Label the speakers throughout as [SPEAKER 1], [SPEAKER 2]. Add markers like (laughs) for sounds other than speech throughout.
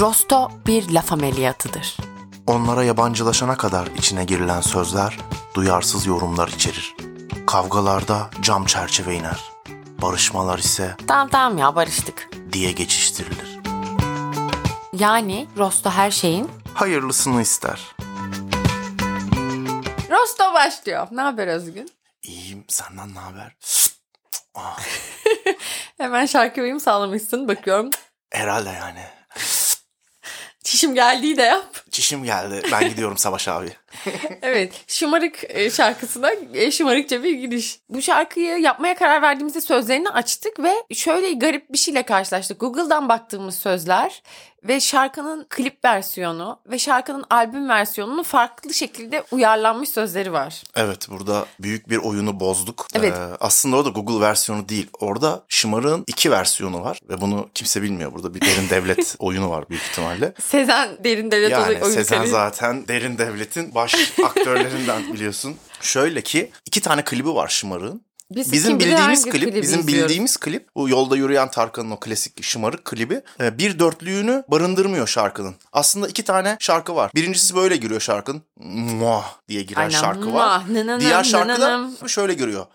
[SPEAKER 1] Rosto bir laf ameliyatıdır.
[SPEAKER 2] Onlara yabancılaşana kadar içine girilen sözler duyarsız yorumlar içerir. Kavgalarda cam çerçeve iner. Barışmalar ise
[SPEAKER 1] Tamam tamam ya barıştık.
[SPEAKER 2] diye geçiştirilir.
[SPEAKER 1] Yani Rosto her şeyin
[SPEAKER 2] Hayırlısını ister.
[SPEAKER 3] Rosto başlıyor. Ne haber Özgün?
[SPEAKER 2] İyiyim senden ne haber?
[SPEAKER 3] Hemen şarkı uyum sağlamışsın. Bakıyorum.
[SPEAKER 2] Herhalde yani.
[SPEAKER 3] Çişim geldiği de yap.
[SPEAKER 2] Çişim geldi. Ben gidiyorum Savaş abi.
[SPEAKER 3] Evet. Şımarık e, şarkısına e, şımarıkça bir giriş. Bu şarkıyı yapmaya karar verdiğimizde sözlerini açtık ve şöyle garip bir şeyle karşılaştık. Google'dan baktığımız sözler ve şarkının klip versiyonu ve şarkının albüm versiyonunun farklı şekilde uyarlanmış sözleri var.
[SPEAKER 2] (laughs) Evet burada büyük bir oyunu bozduk.
[SPEAKER 3] Evet.
[SPEAKER 2] Ee, aslında orada Google versiyonu değil. Orada Şımar'ın iki versiyonu var. Ve bunu kimse bilmiyor. Burada bir derin devlet (laughs) oyunu var büyük ihtimalle.
[SPEAKER 3] Sezen derin devlet
[SPEAKER 2] Yani
[SPEAKER 3] oyun
[SPEAKER 2] Sezen
[SPEAKER 3] senin.
[SPEAKER 2] zaten derin devletin baş
[SPEAKER 3] (laughs)
[SPEAKER 2] aktörlerinden biliyorsun. Şöyle ki iki tane klibi var Şımar'ın.
[SPEAKER 3] Biz
[SPEAKER 2] Bizim
[SPEAKER 3] kim bilir
[SPEAKER 2] bildiğimiz
[SPEAKER 3] hangi
[SPEAKER 2] klip,
[SPEAKER 3] klibi
[SPEAKER 2] bizim
[SPEAKER 3] izliyoruz.
[SPEAKER 2] bildiğimiz klip bu yolda yürüyen Tarkan'ın o klasik şımarık klibi e, bir dörtlüğünü barındırmıyor şarkının. Aslında iki tane şarkı var. Birincisi böyle giriyor şarkının. Muah diye giren
[SPEAKER 3] Aynen.
[SPEAKER 2] şarkı var.
[SPEAKER 3] Muah, nı nı nı
[SPEAKER 2] Diğer
[SPEAKER 3] nı
[SPEAKER 2] şarkı da
[SPEAKER 3] nı
[SPEAKER 2] şöyle giriyor.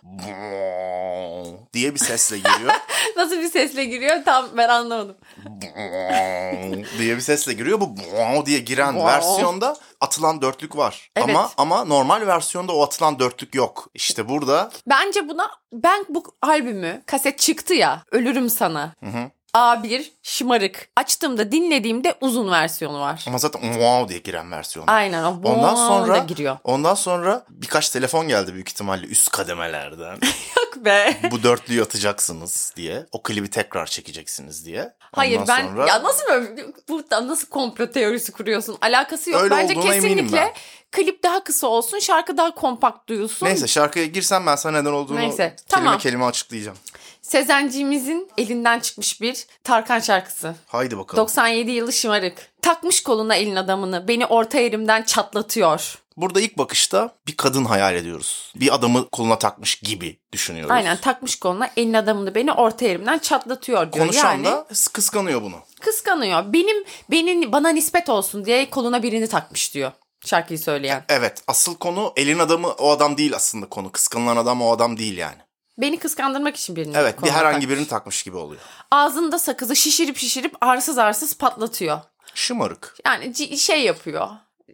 [SPEAKER 2] Muah diye bir sesle giriyor.
[SPEAKER 3] Nasıl bir sesle giriyor tam ben anlamadım.
[SPEAKER 2] Muah Ee, diye bir sesle giriyor. Bu muah diye giren
[SPEAKER 3] Muah.
[SPEAKER 2] versiyonda atılan dörtlük var.
[SPEAKER 3] Evet.
[SPEAKER 2] Ama ama normal versiyonda o atılan dörtlük yok. İşte burada
[SPEAKER 3] Bence buna ben bu albümü kaset çıktı ya Ölürüm Sana. A1 Şımarık. Açtığımda dinlediğimde uzun versiyonu var.
[SPEAKER 2] ama zaten muah diye giren versiyon.
[SPEAKER 3] Aynen o
[SPEAKER 2] Ondan sonra
[SPEAKER 3] da giriyor.
[SPEAKER 2] Ondan sonra birkaç telefon geldi büyük ihtimalle üst kademelerden.
[SPEAKER 3] Yok be.
[SPEAKER 2] Bu dörtlüyü atacaksınız diye. O klibi tekrar çekeceksiniz diye. Ondan
[SPEAKER 3] (laughs) Hayır ben
[SPEAKER 2] sonra
[SPEAKER 3] ya nasıl böyle burada nasıl komplo teorisi kuruyorsun? Alakası yok.
[SPEAKER 2] Öyle
[SPEAKER 3] Bence
[SPEAKER 2] olduğuna eminim
[SPEAKER 3] kesinlikle
[SPEAKER 2] ben.
[SPEAKER 3] klip daha kısa olsun, şarkı daha kompakt duyulsun.
[SPEAKER 2] Neyse şarkıya girsem ben sana neden olduğunu
[SPEAKER 3] Neyse,
[SPEAKER 2] kelime
[SPEAKER 3] tamam.
[SPEAKER 2] kelime açıklayacağım.
[SPEAKER 3] Sezenciğimizin elinden çıkmış bir Tarkan şarkısı.
[SPEAKER 2] Haydi bakalım.
[SPEAKER 3] 97 yılı şımarık. Takmış koluna elin adamını. Beni orta yerimden çatlatıyor.
[SPEAKER 2] Burada ilk bakışta bir kadın hayal ediyoruz. Bir adamı koluna takmış gibi düşünüyoruz.
[SPEAKER 3] Aynen takmış koluna elin adamını beni orta yerimden çatlatıyor diyor.
[SPEAKER 2] Konuşan
[SPEAKER 3] yani
[SPEAKER 2] da kıskanıyor bunu.
[SPEAKER 3] kıskanıyor. Benim benim bana nispet olsun diye koluna birini takmış diyor. Şarkıyı söyleyen.
[SPEAKER 2] Evet asıl konu elin adamı o adam değil aslında konu. Kıskanılan adam o adam değil yani.
[SPEAKER 3] Beni kıskandırmak için birini
[SPEAKER 2] Evet bir
[SPEAKER 3] koluna
[SPEAKER 2] herhangi
[SPEAKER 3] takmış.
[SPEAKER 2] birini takmış gibi oluyor.
[SPEAKER 3] Ağzında sakızı şişirip şişirip arsız arsız patlatıyor.
[SPEAKER 2] Şımarık.
[SPEAKER 3] Yani ci- şey yapıyor.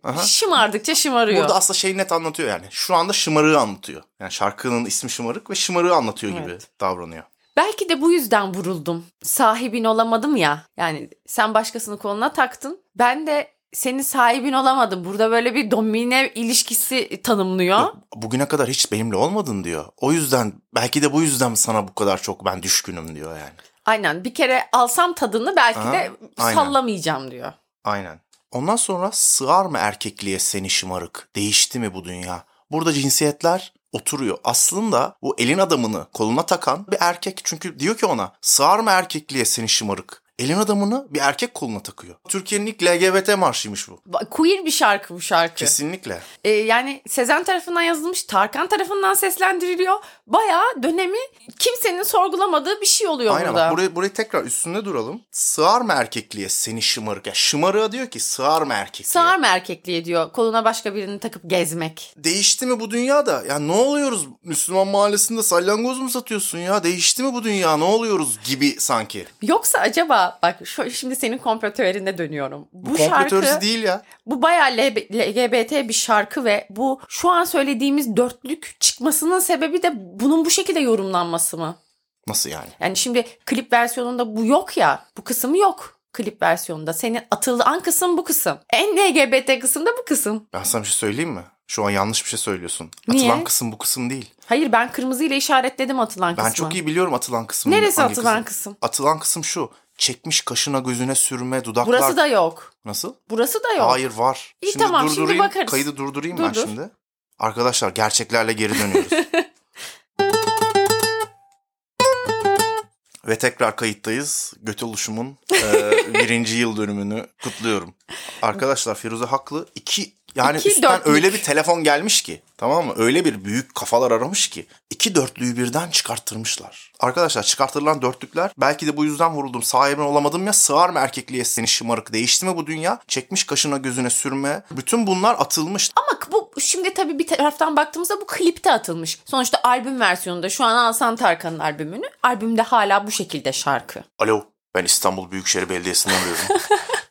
[SPEAKER 2] Aha.
[SPEAKER 3] Şımardıkça şımarıyor.
[SPEAKER 2] Burada aslında şeyi net anlatıyor yani. Şu anda şımarığı anlatıyor. Yani şarkının ismi şımarık ve şımarığı anlatıyor gibi davranıyor.
[SPEAKER 3] Belki de bu yüzden vuruldum. Sahibin olamadım ya. Yani sen başkasının koluna taktın. Ben de senin sahibin olamadım. Burada böyle bir domine ilişkisi tanımlıyor.
[SPEAKER 2] Bugüne kadar hiç benimle olmadın diyor. O yüzden belki de bu yüzden sana bu kadar çok ben düşkünüm diyor yani.
[SPEAKER 3] Aynen bir kere alsam tadını belki
[SPEAKER 2] Aha,
[SPEAKER 3] de
[SPEAKER 2] aynen.
[SPEAKER 3] sallamayacağım diyor.
[SPEAKER 2] Aynen. Ondan sonra sığar mı erkekliğe seni şımarık? Değişti mi bu dünya? Burada cinsiyetler oturuyor. Aslında bu elin adamını koluna takan bir erkek. Çünkü diyor ki ona sığar mı erkekliğe seni şımarık? Elin adamını bir erkek koluna takıyor. Türkiye'nin ilk LGBT marşıymış bu.
[SPEAKER 3] Ba- Queer bir şarkı bu şarkı.
[SPEAKER 2] Kesinlikle.
[SPEAKER 3] Ee, yani Sezen tarafından yazılmış, Tarkan tarafından seslendiriliyor. Bayağı dönemi kimsenin sorgulamadığı bir şey oluyor
[SPEAKER 2] Aynen
[SPEAKER 3] burada.
[SPEAKER 2] bak burayı, burayı tekrar üstünde duralım. Sığar mı erkekliğe seni şımarık? Ya şımarığa diyor ki sığar mı erkekliğe?
[SPEAKER 3] Sığar mı erkekliğe diyor koluna başka birini takıp gezmek.
[SPEAKER 2] Değişti mi bu dünyada? Ya ne oluyoruz? Müslüman mahallesinde salyangoz mu satıyorsun ya? Değişti mi bu dünya? Ne oluyoruz gibi sanki.
[SPEAKER 3] Yoksa acaba bak şu, şimdi senin komplo teorine dönüyorum. Bu,
[SPEAKER 2] Bu komplo
[SPEAKER 3] şarkı
[SPEAKER 2] teorisi değil ya.
[SPEAKER 3] bu bayağı LB LGBT bir şarkı ve bu şu an söylediğimiz dörtlük çıkmasının sebebi de bunun bu şekilde yorumlanması mı?
[SPEAKER 2] Nasıl yani?
[SPEAKER 3] Yani şimdi klip versiyonunda bu yok ya. Bu kısım yok klip versiyonunda. Senin atılan kısım bu kısım. En LGBT kısım da bu kısım.
[SPEAKER 2] Ben sana bir şey söyleyeyim mi? Şu an yanlış bir şey söylüyorsun.
[SPEAKER 3] Niye?
[SPEAKER 2] Atılan kısım bu kısım değil.
[SPEAKER 3] Hayır ben kırmızıyla işaretledim atılan
[SPEAKER 2] Ben
[SPEAKER 3] kısmı.
[SPEAKER 2] çok iyi biliyorum atılan kısım.
[SPEAKER 3] Neresi
[SPEAKER 2] hangi
[SPEAKER 3] atılan kısım?
[SPEAKER 2] Atılan kısım şu. Çekmiş kaşına gözüne sürme dudaklar.
[SPEAKER 3] Burası da yok.
[SPEAKER 2] Nasıl?
[SPEAKER 3] Burası da yok.
[SPEAKER 2] Hayır var.
[SPEAKER 3] İyi, tamam, şimdi
[SPEAKER 2] durdurayım.
[SPEAKER 3] bakarız.
[SPEAKER 2] Kaydı durdurayım ben
[SPEAKER 3] Durdur.
[SPEAKER 2] şimdi. Arkadaşlar gerçeklerle geri
[SPEAKER 3] (laughs)
[SPEAKER 2] dönüyoruz. Ve tekrar kayıttayız.
[SPEAKER 3] (laughs)
[SPEAKER 2] Göt oluşumun e, birinci yıl dönümünü kutluyorum. Arkadaşlar Firuze haklı. İki Yani
[SPEAKER 3] İki
[SPEAKER 2] üstten
[SPEAKER 3] dörtlük.
[SPEAKER 2] öyle bir telefon gelmiş ki tamam mı? Öyle bir büyük kafalar aramış ki iki dörtlüyü birden çıkarttırmışlar. Arkadaşlar çıkarttırılan dörtlükler belki de bu yüzden vuruldum sahibine olamadım ya sığar mı erkekliğe seni şımarık değişti mi bu dünya? Çekmiş kaşına gözüne sürme. Bütün bunlar atılmış.
[SPEAKER 3] Ama bu şimdi tabii bir taraftan baktığımızda bu klipte atılmış. Sonuçta albüm versiyonunda şu an Alsan Tarkan'ın albümünü. Albümde hala bu şekilde şarkı.
[SPEAKER 2] Alo ben İstanbul Büyükşehir Belediyesi'nden arıyorum.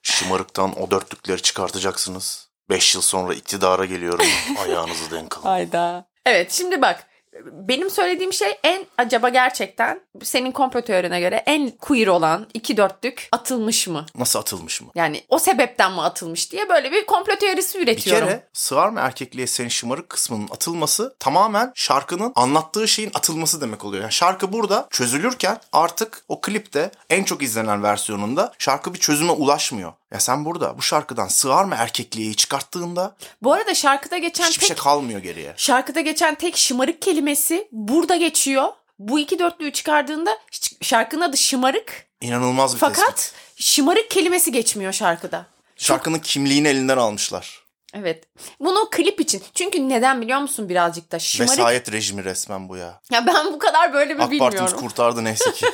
[SPEAKER 2] Şımarıktan o dörtlükleri çıkartacaksınız. Beş yıl sonra iktidara geliyorum. Ayağınızı denk alın.
[SPEAKER 3] Hayda. Evet şimdi bak benim söylediğim şey en acaba gerçekten senin komplo teorine göre en queer olan iki dörtlük atılmış mı?
[SPEAKER 2] Nasıl atılmış mı?
[SPEAKER 3] Yani o sebepten mi atılmış diye böyle bir komplo teorisi
[SPEAKER 2] Bir
[SPEAKER 3] üretiyorum.
[SPEAKER 2] kere sığar mı erkekliğe senin şımarık kısmının atılması tamamen şarkının anlattığı şeyin atılması demek oluyor. Yani şarkı burada çözülürken artık o klipte en çok izlenen versiyonunda şarkı bir çözüme ulaşmıyor. Ya sen burada bu şarkıdan sığar mı erkekliği çıkarttığında
[SPEAKER 3] Bu arada şarkıda geçen
[SPEAKER 2] hiçbir
[SPEAKER 3] tek
[SPEAKER 2] şey kalmıyor geriye.
[SPEAKER 3] şarkıda geçen tek şımarık kelimesi burada geçiyor. Bu iki dörtlüyü çıkardığında ş- şarkının adı şımarık
[SPEAKER 2] İnanılmaz bir tespit.
[SPEAKER 3] fakat şımarık kelimesi geçmiyor şarkıda.
[SPEAKER 2] Şarkının kimliğini elinden almışlar.
[SPEAKER 3] Evet. Bunu klip için. Çünkü neden biliyor musun birazcık da şımarık.
[SPEAKER 2] Vesayet rejimi resmen bu ya.
[SPEAKER 3] Ya ben bu kadar böyle bir
[SPEAKER 2] AK Partimiz
[SPEAKER 3] bilmiyorum.
[SPEAKER 2] kurtardı
[SPEAKER 3] (laughs)
[SPEAKER 2] neyse ki.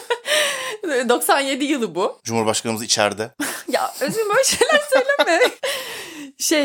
[SPEAKER 3] 97 yılı bu.
[SPEAKER 2] Cumhurbaşkanımız içeride.
[SPEAKER 3] Ya özüm böyle şeyler söyleme. şey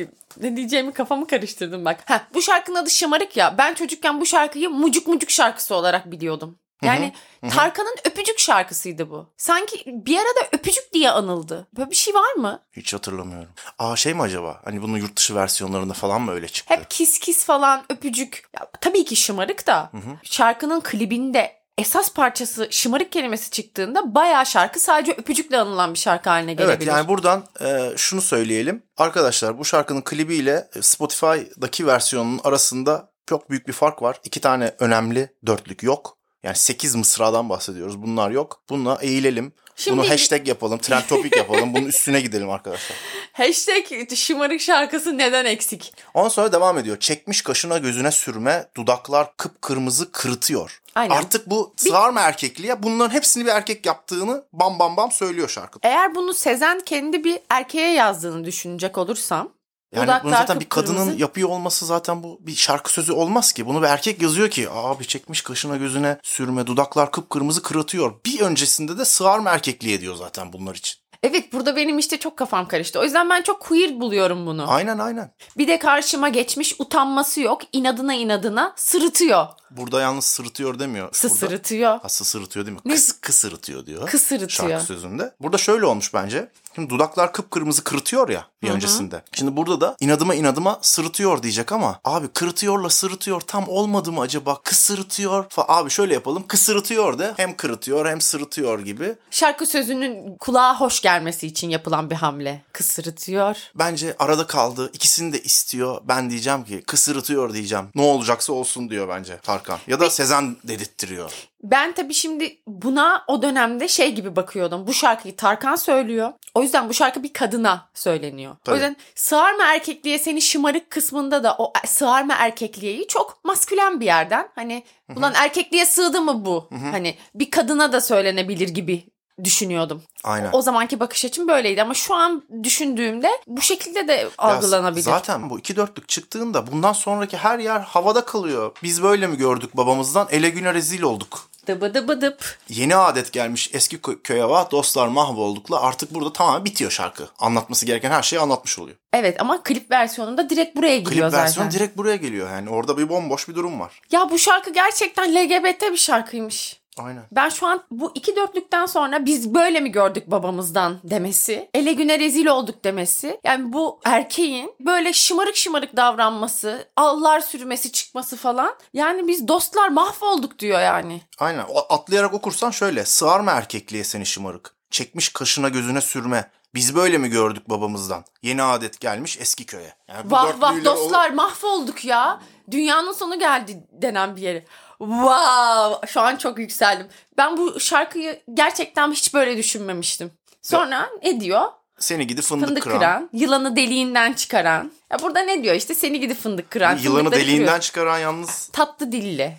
[SPEAKER 3] e, ne diyeceğimi kafamı karıştırdım bak. Ha, bu şarkının adı Şımarık ya. Ben çocukken bu şarkıyı mucuk mucuk şarkısı olarak biliyordum. Yani Tarkan'ın öpücük şarkısıydı bu. Sanki bir arada öpücük diye anıldı. Böyle bir şey var mı?
[SPEAKER 2] Hiç hatırlamıyorum. Aa şey mi acaba? Hani bunun yurt dışı versiyonlarında falan mı öyle çıktı?
[SPEAKER 3] Hep kis kis falan öpücük. Ya, tabii ki şımarık da. Şarkının klibinde esas parçası şımarık kelimesi çıktığında bayağı şarkı sadece öpücükle anılan bir şarkı haline gelebilir.
[SPEAKER 2] Evet yani buradan e, şunu söyleyelim. Arkadaşlar bu şarkının klibiyle e, Spotify'daki versiyonun arasında çok büyük bir fark var. İki tane önemli dörtlük yok. Yani 8 mısradan bahsediyoruz. Bunlar yok. Bununla eğilelim.
[SPEAKER 3] Şimdi-
[SPEAKER 2] Bunu hashtag yapalım, trend
[SPEAKER 3] (laughs)
[SPEAKER 2] topic yapalım. Bunun üstüne gidelim arkadaşlar.
[SPEAKER 3] Hashtag şımarık şarkısı neden eksik?
[SPEAKER 2] Ondan sonra devam ediyor. Çekmiş kaşına gözüne sürme, dudaklar kıpkırmızı kırıtıyor.
[SPEAKER 3] Aynen.
[SPEAKER 2] Artık bu sığar mı erkekliğe? Bunların hepsini bir erkek yaptığını bam bam bam söylüyor şarkı.
[SPEAKER 3] Eğer bunu Sezen kendi bir erkeğe yazdığını düşünecek olursam.
[SPEAKER 2] Yani bunu
[SPEAKER 3] dudaklar
[SPEAKER 2] zaten bir
[SPEAKER 3] kıpkırmızı.
[SPEAKER 2] kadının yapıyor olması zaten bu bir şarkı sözü olmaz ki. Bunu bir erkek yazıyor ki abi çekmiş kaşına gözüne sürme dudaklar kıpkırmızı kıratıyor. Bir öncesinde de sığar mı erkekliğe diyor zaten bunlar için.
[SPEAKER 3] Evet burada benim işte çok kafam karıştı. O yüzden ben çok queer buluyorum bunu.
[SPEAKER 2] Aynen aynen.
[SPEAKER 3] Bir de karşıma geçmiş utanması yok. inadına inadına sırıtıyor.
[SPEAKER 2] Burada yalnız sırıtıyor demiyor. Burada-
[SPEAKER 3] Sısırıtıyor.
[SPEAKER 2] Ha sırıtıyor değil mi?
[SPEAKER 3] Ne?
[SPEAKER 2] Kıs kısırıtıyor diyor.
[SPEAKER 3] Kısırıtıyor.
[SPEAKER 2] Şarkı sözünde. Burada şöyle olmuş bence. Şimdi dudaklar kıpkırmızı kırıtıyor ya bir öncesinde. Şimdi burada da inadıma inadıma sırıtıyor diyecek ama abi kırıtıyorla sırıtıyor tam olmadı mı acaba? Kısırıtıyor falan. Abi şöyle yapalım. Kısırıtıyor de hem kırıtıyor hem sırıtıyor gibi.
[SPEAKER 3] Şarkı sözünün kulağa hoş gelmesi için yapılan bir hamle. Kısırıtıyor.
[SPEAKER 2] Bence arada kaldı. İkisini de istiyor. Ben diyeceğim ki kısırıtıyor diyeceğim. Ne olacaksa olsun diyor bence Tarkan. Ya da Sezen dedirttiriyor.
[SPEAKER 3] Ben tabii şimdi buna o dönemde şey gibi bakıyordum. Bu şarkıyı Tarkan söylüyor. O yüzden bu şarkı bir kadına söyleniyor.
[SPEAKER 2] Tabii.
[SPEAKER 3] O yüzden sığar mı erkekliğe seni şımarık kısmında da o sığar mı erkekliğeyi çok maskülen bir yerden. Hani ulan erkekliğe sığdı mı bu? Hani bir kadına da söylenebilir gibi düşünüyordum.
[SPEAKER 2] Aynen.
[SPEAKER 3] O zamanki bakış açım böyleydi ama şu an düşündüğümde bu şekilde de
[SPEAKER 2] Ya
[SPEAKER 3] algılanabilir.
[SPEAKER 2] Zaten bu iki dörtlük çıktığında bundan sonraki her yer havada kalıyor. Biz böyle mi gördük babamızdan? Ele güne rezil olduk.
[SPEAKER 3] Dıbı dıbı dıp.
[SPEAKER 2] Yeni adet gelmiş eski kö- köye vah dostlar mahvoldukla artık burada tamamen bitiyor şarkı. Anlatması gereken her şeyi anlatmış oluyor.
[SPEAKER 3] Evet ama klip versiyonunda direkt buraya
[SPEAKER 2] Klip
[SPEAKER 3] giriyor zaten.
[SPEAKER 2] versiyonu direkt buraya geliyor yani orada bir bomboş bir durum var.
[SPEAKER 3] Ya bu şarkı gerçekten LGBT bir şarkıymış.
[SPEAKER 2] Aynen.
[SPEAKER 3] Ben şu an bu iki dörtlükten sonra biz böyle mi gördük babamızdan demesi, ele güne rezil olduk demesi. Yani bu erkeğin böyle şımarık şımarık davranması, allar sürmesi çıkması falan. Yani biz dostlar mahvolduk diyor yani.
[SPEAKER 2] Aynen. O- Atlayarak okursan şöyle. Sığar mı erkekliğe seni şımarık? Çekmiş kaşına gözüne sürme. Biz böyle mi gördük babamızdan? Yeni adet gelmiş eski köye. Yani bu
[SPEAKER 3] Vah vah
[SPEAKER 2] dörtlüyle o-
[SPEAKER 3] dostlar mahvolduk ya. Dünyanın sonu geldi denen bir yere. Wow! Şu an çok yükseldim. Ben bu şarkıyı gerçekten hiç böyle düşünmemiştim. Sonra ne diyor?
[SPEAKER 2] Seni gidi fındık,
[SPEAKER 3] fındık kıran.
[SPEAKER 2] kıran.
[SPEAKER 3] yılanı deliğinden çıkaran. Ya burada ne diyor işte seni gidip fındık kıran.
[SPEAKER 2] Hani Yılanı
[SPEAKER 3] fındıkları
[SPEAKER 2] deliğinden
[SPEAKER 3] kırıyor. (laughs)
[SPEAKER 2] çıkaran yalnız
[SPEAKER 3] Tatlı dilli.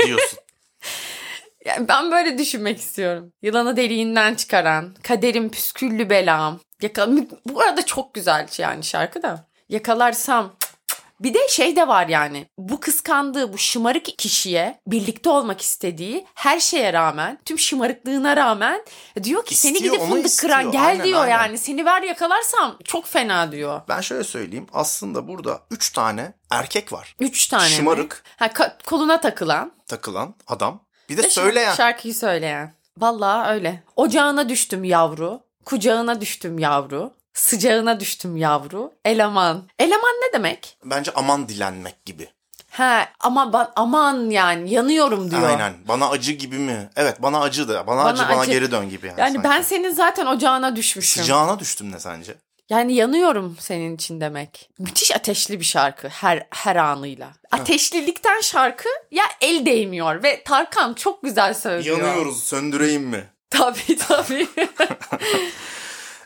[SPEAKER 2] diyorsun.
[SPEAKER 3] Yani ben böyle düşünmek istiyorum. Yılanı deliğinden çıkaran, kaderim püsküllü belam. Yakal bu arada çok güzel şey yani şarkı da. yakalarsam cık cık. bir de şey de var yani bu kıskandığı bu şımarık kişiye birlikte olmak istediği her şeye rağmen tüm şımarıklığına rağmen diyor ki seni
[SPEAKER 2] İstiyor,
[SPEAKER 3] gidip
[SPEAKER 2] onu
[SPEAKER 3] fındık kıran
[SPEAKER 2] istiyor.
[SPEAKER 3] gel
[SPEAKER 2] Aynen,
[SPEAKER 3] diyor
[SPEAKER 2] aynen.
[SPEAKER 3] yani seni ver yakalarsam çok fena diyor.
[SPEAKER 2] Ben şöyle söyleyeyim. Aslında burada 3 tane erkek var.
[SPEAKER 3] Üç tane mi?
[SPEAKER 2] Şımarık
[SPEAKER 3] Ha, ka- koluna takılan.
[SPEAKER 2] takılan adam. Bir de
[SPEAKER 3] Ve şi-
[SPEAKER 2] söyleyen.
[SPEAKER 3] Şarkıyı söyleyen. Vallahi öyle. Ocağına düştüm yavru. Kucağına düştüm yavru. Sıcağına düştüm yavru. Eleman. Eleman ne demek?
[SPEAKER 2] Bence aman dilenmek gibi.
[SPEAKER 3] He ama ben aman yani yanıyorum diyor.
[SPEAKER 2] Aynen. Bana acı gibi mi? Evet bana acı da. Bana,
[SPEAKER 3] Bana
[SPEAKER 2] acı, bana
[SPEAKER 3] acı.
[SPEAKER 2] geri dön gibi yani.
[SPEAKER 3] Yani
[SPEAKER 2] sanki.
[SPEAKER 3] ben senin zaten ocağına düşmüşüm.
[SPEAKER 2] Sıcağına düştüm ne sence?
[SPEAKER 3] Yani yanıyorum senin için demek. Müthiş ateşli bir şarkı her her anıyla. Ateşlilikten şarkı ya el değmiyor ve Tarkan çok güzel söylüyor.
[SPEAKER 2] Yanıyoruz söndüreyim mi?
[SPEAKER 3] Tabii tabii.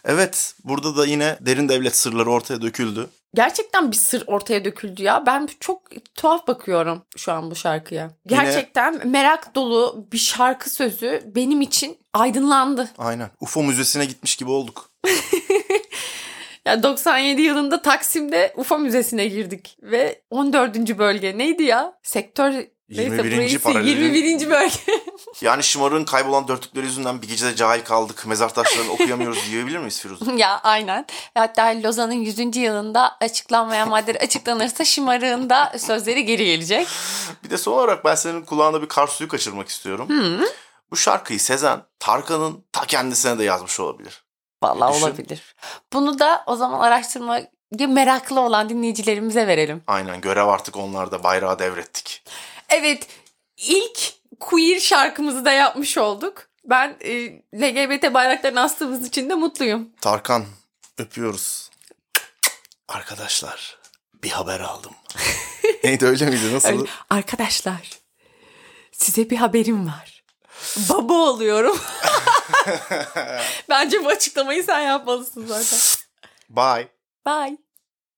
[SPEAKER 2] Evet burada da yine derin devlet sırları ortaya döküldü.
[SPEAKER 3] Gerçekten bir sır ortaya döküldü ya. Ben çok tuhaf bakıyorum şu an bu şarkıya.
[SPEAKER 2] Yine-
[SPEAKER 3] Gerçekten merak dolu bir şarkı sözü benim için aydınlandı.
[SPEAKER 2] Aynen. UFO müzesine gitmiş gibi olduk.
[SPEAKER 3] Ya 97 yılında Taksim'de UFO Müzesi'ne girdik ve 14. bölge neydi ya? Sektör neyse
[SPEAKER 2] 21.
[SPEAKER 3] burayı sil.
[SPEAKER 2] paralelin-
[SPEAKER 3] 21. bölge. (laughs)
[SPEAKER 2] Yani şımarığın kaybolan dörtlükleri yüzünden bir gecede cahil kaldık. Mezar taşlarını okuyamıyoruz
[SPEAKER 3] (laughs)
[SPEAKER 2] diyebilir miyiz Firuze?
[SPEAKER 3] ya aynen. Hatta Lozan'ın 100. yılında açıklanmayan madde açıklanırsa şımarığında sözleri geri gelecek.
[SPEAKER 2] Bir de son olarak ben senin kulağına bir kar suyu kaçırmak istiyorum.
[SPEAKER 3] Hmm.
[SPEAKER 2] Bu şarkıyı Sezen Tarkan'ın ta kendisine de yazmış olabilir.
[SPEAKER 3] Vallahi
[SPEAKER 2] Düşün.
[SPEAKER 3] olabilir. Bunu da o zaman araştırmaya meraklı olan dinleyicilerimize verelim.
[SPEAKER 2] Aynen görev artık onlarda bayrağı devrettik.
[SPEAKER 3] Evet, ilk queer şarkımızı da yapmış olduk. Ben e, LGBT bayraklarını astığımız için de mutluyum.
[SPEAKER 2] Tarkan öpüyoruz. Arkadaşlar bir haber aldım. (laughs) Neydi öyle miydi
[SPEAKER 3] Öyle-
[SPEAKER 2] nasıl?
[SPEAKER 3] Arkadaşlar, size bir haberim var. Baba oluyorum. Bence bu açıklamayı sen yapmalısın zaten.
[SPEAKER 2] Bye.
[SPEAKER 3] Bye.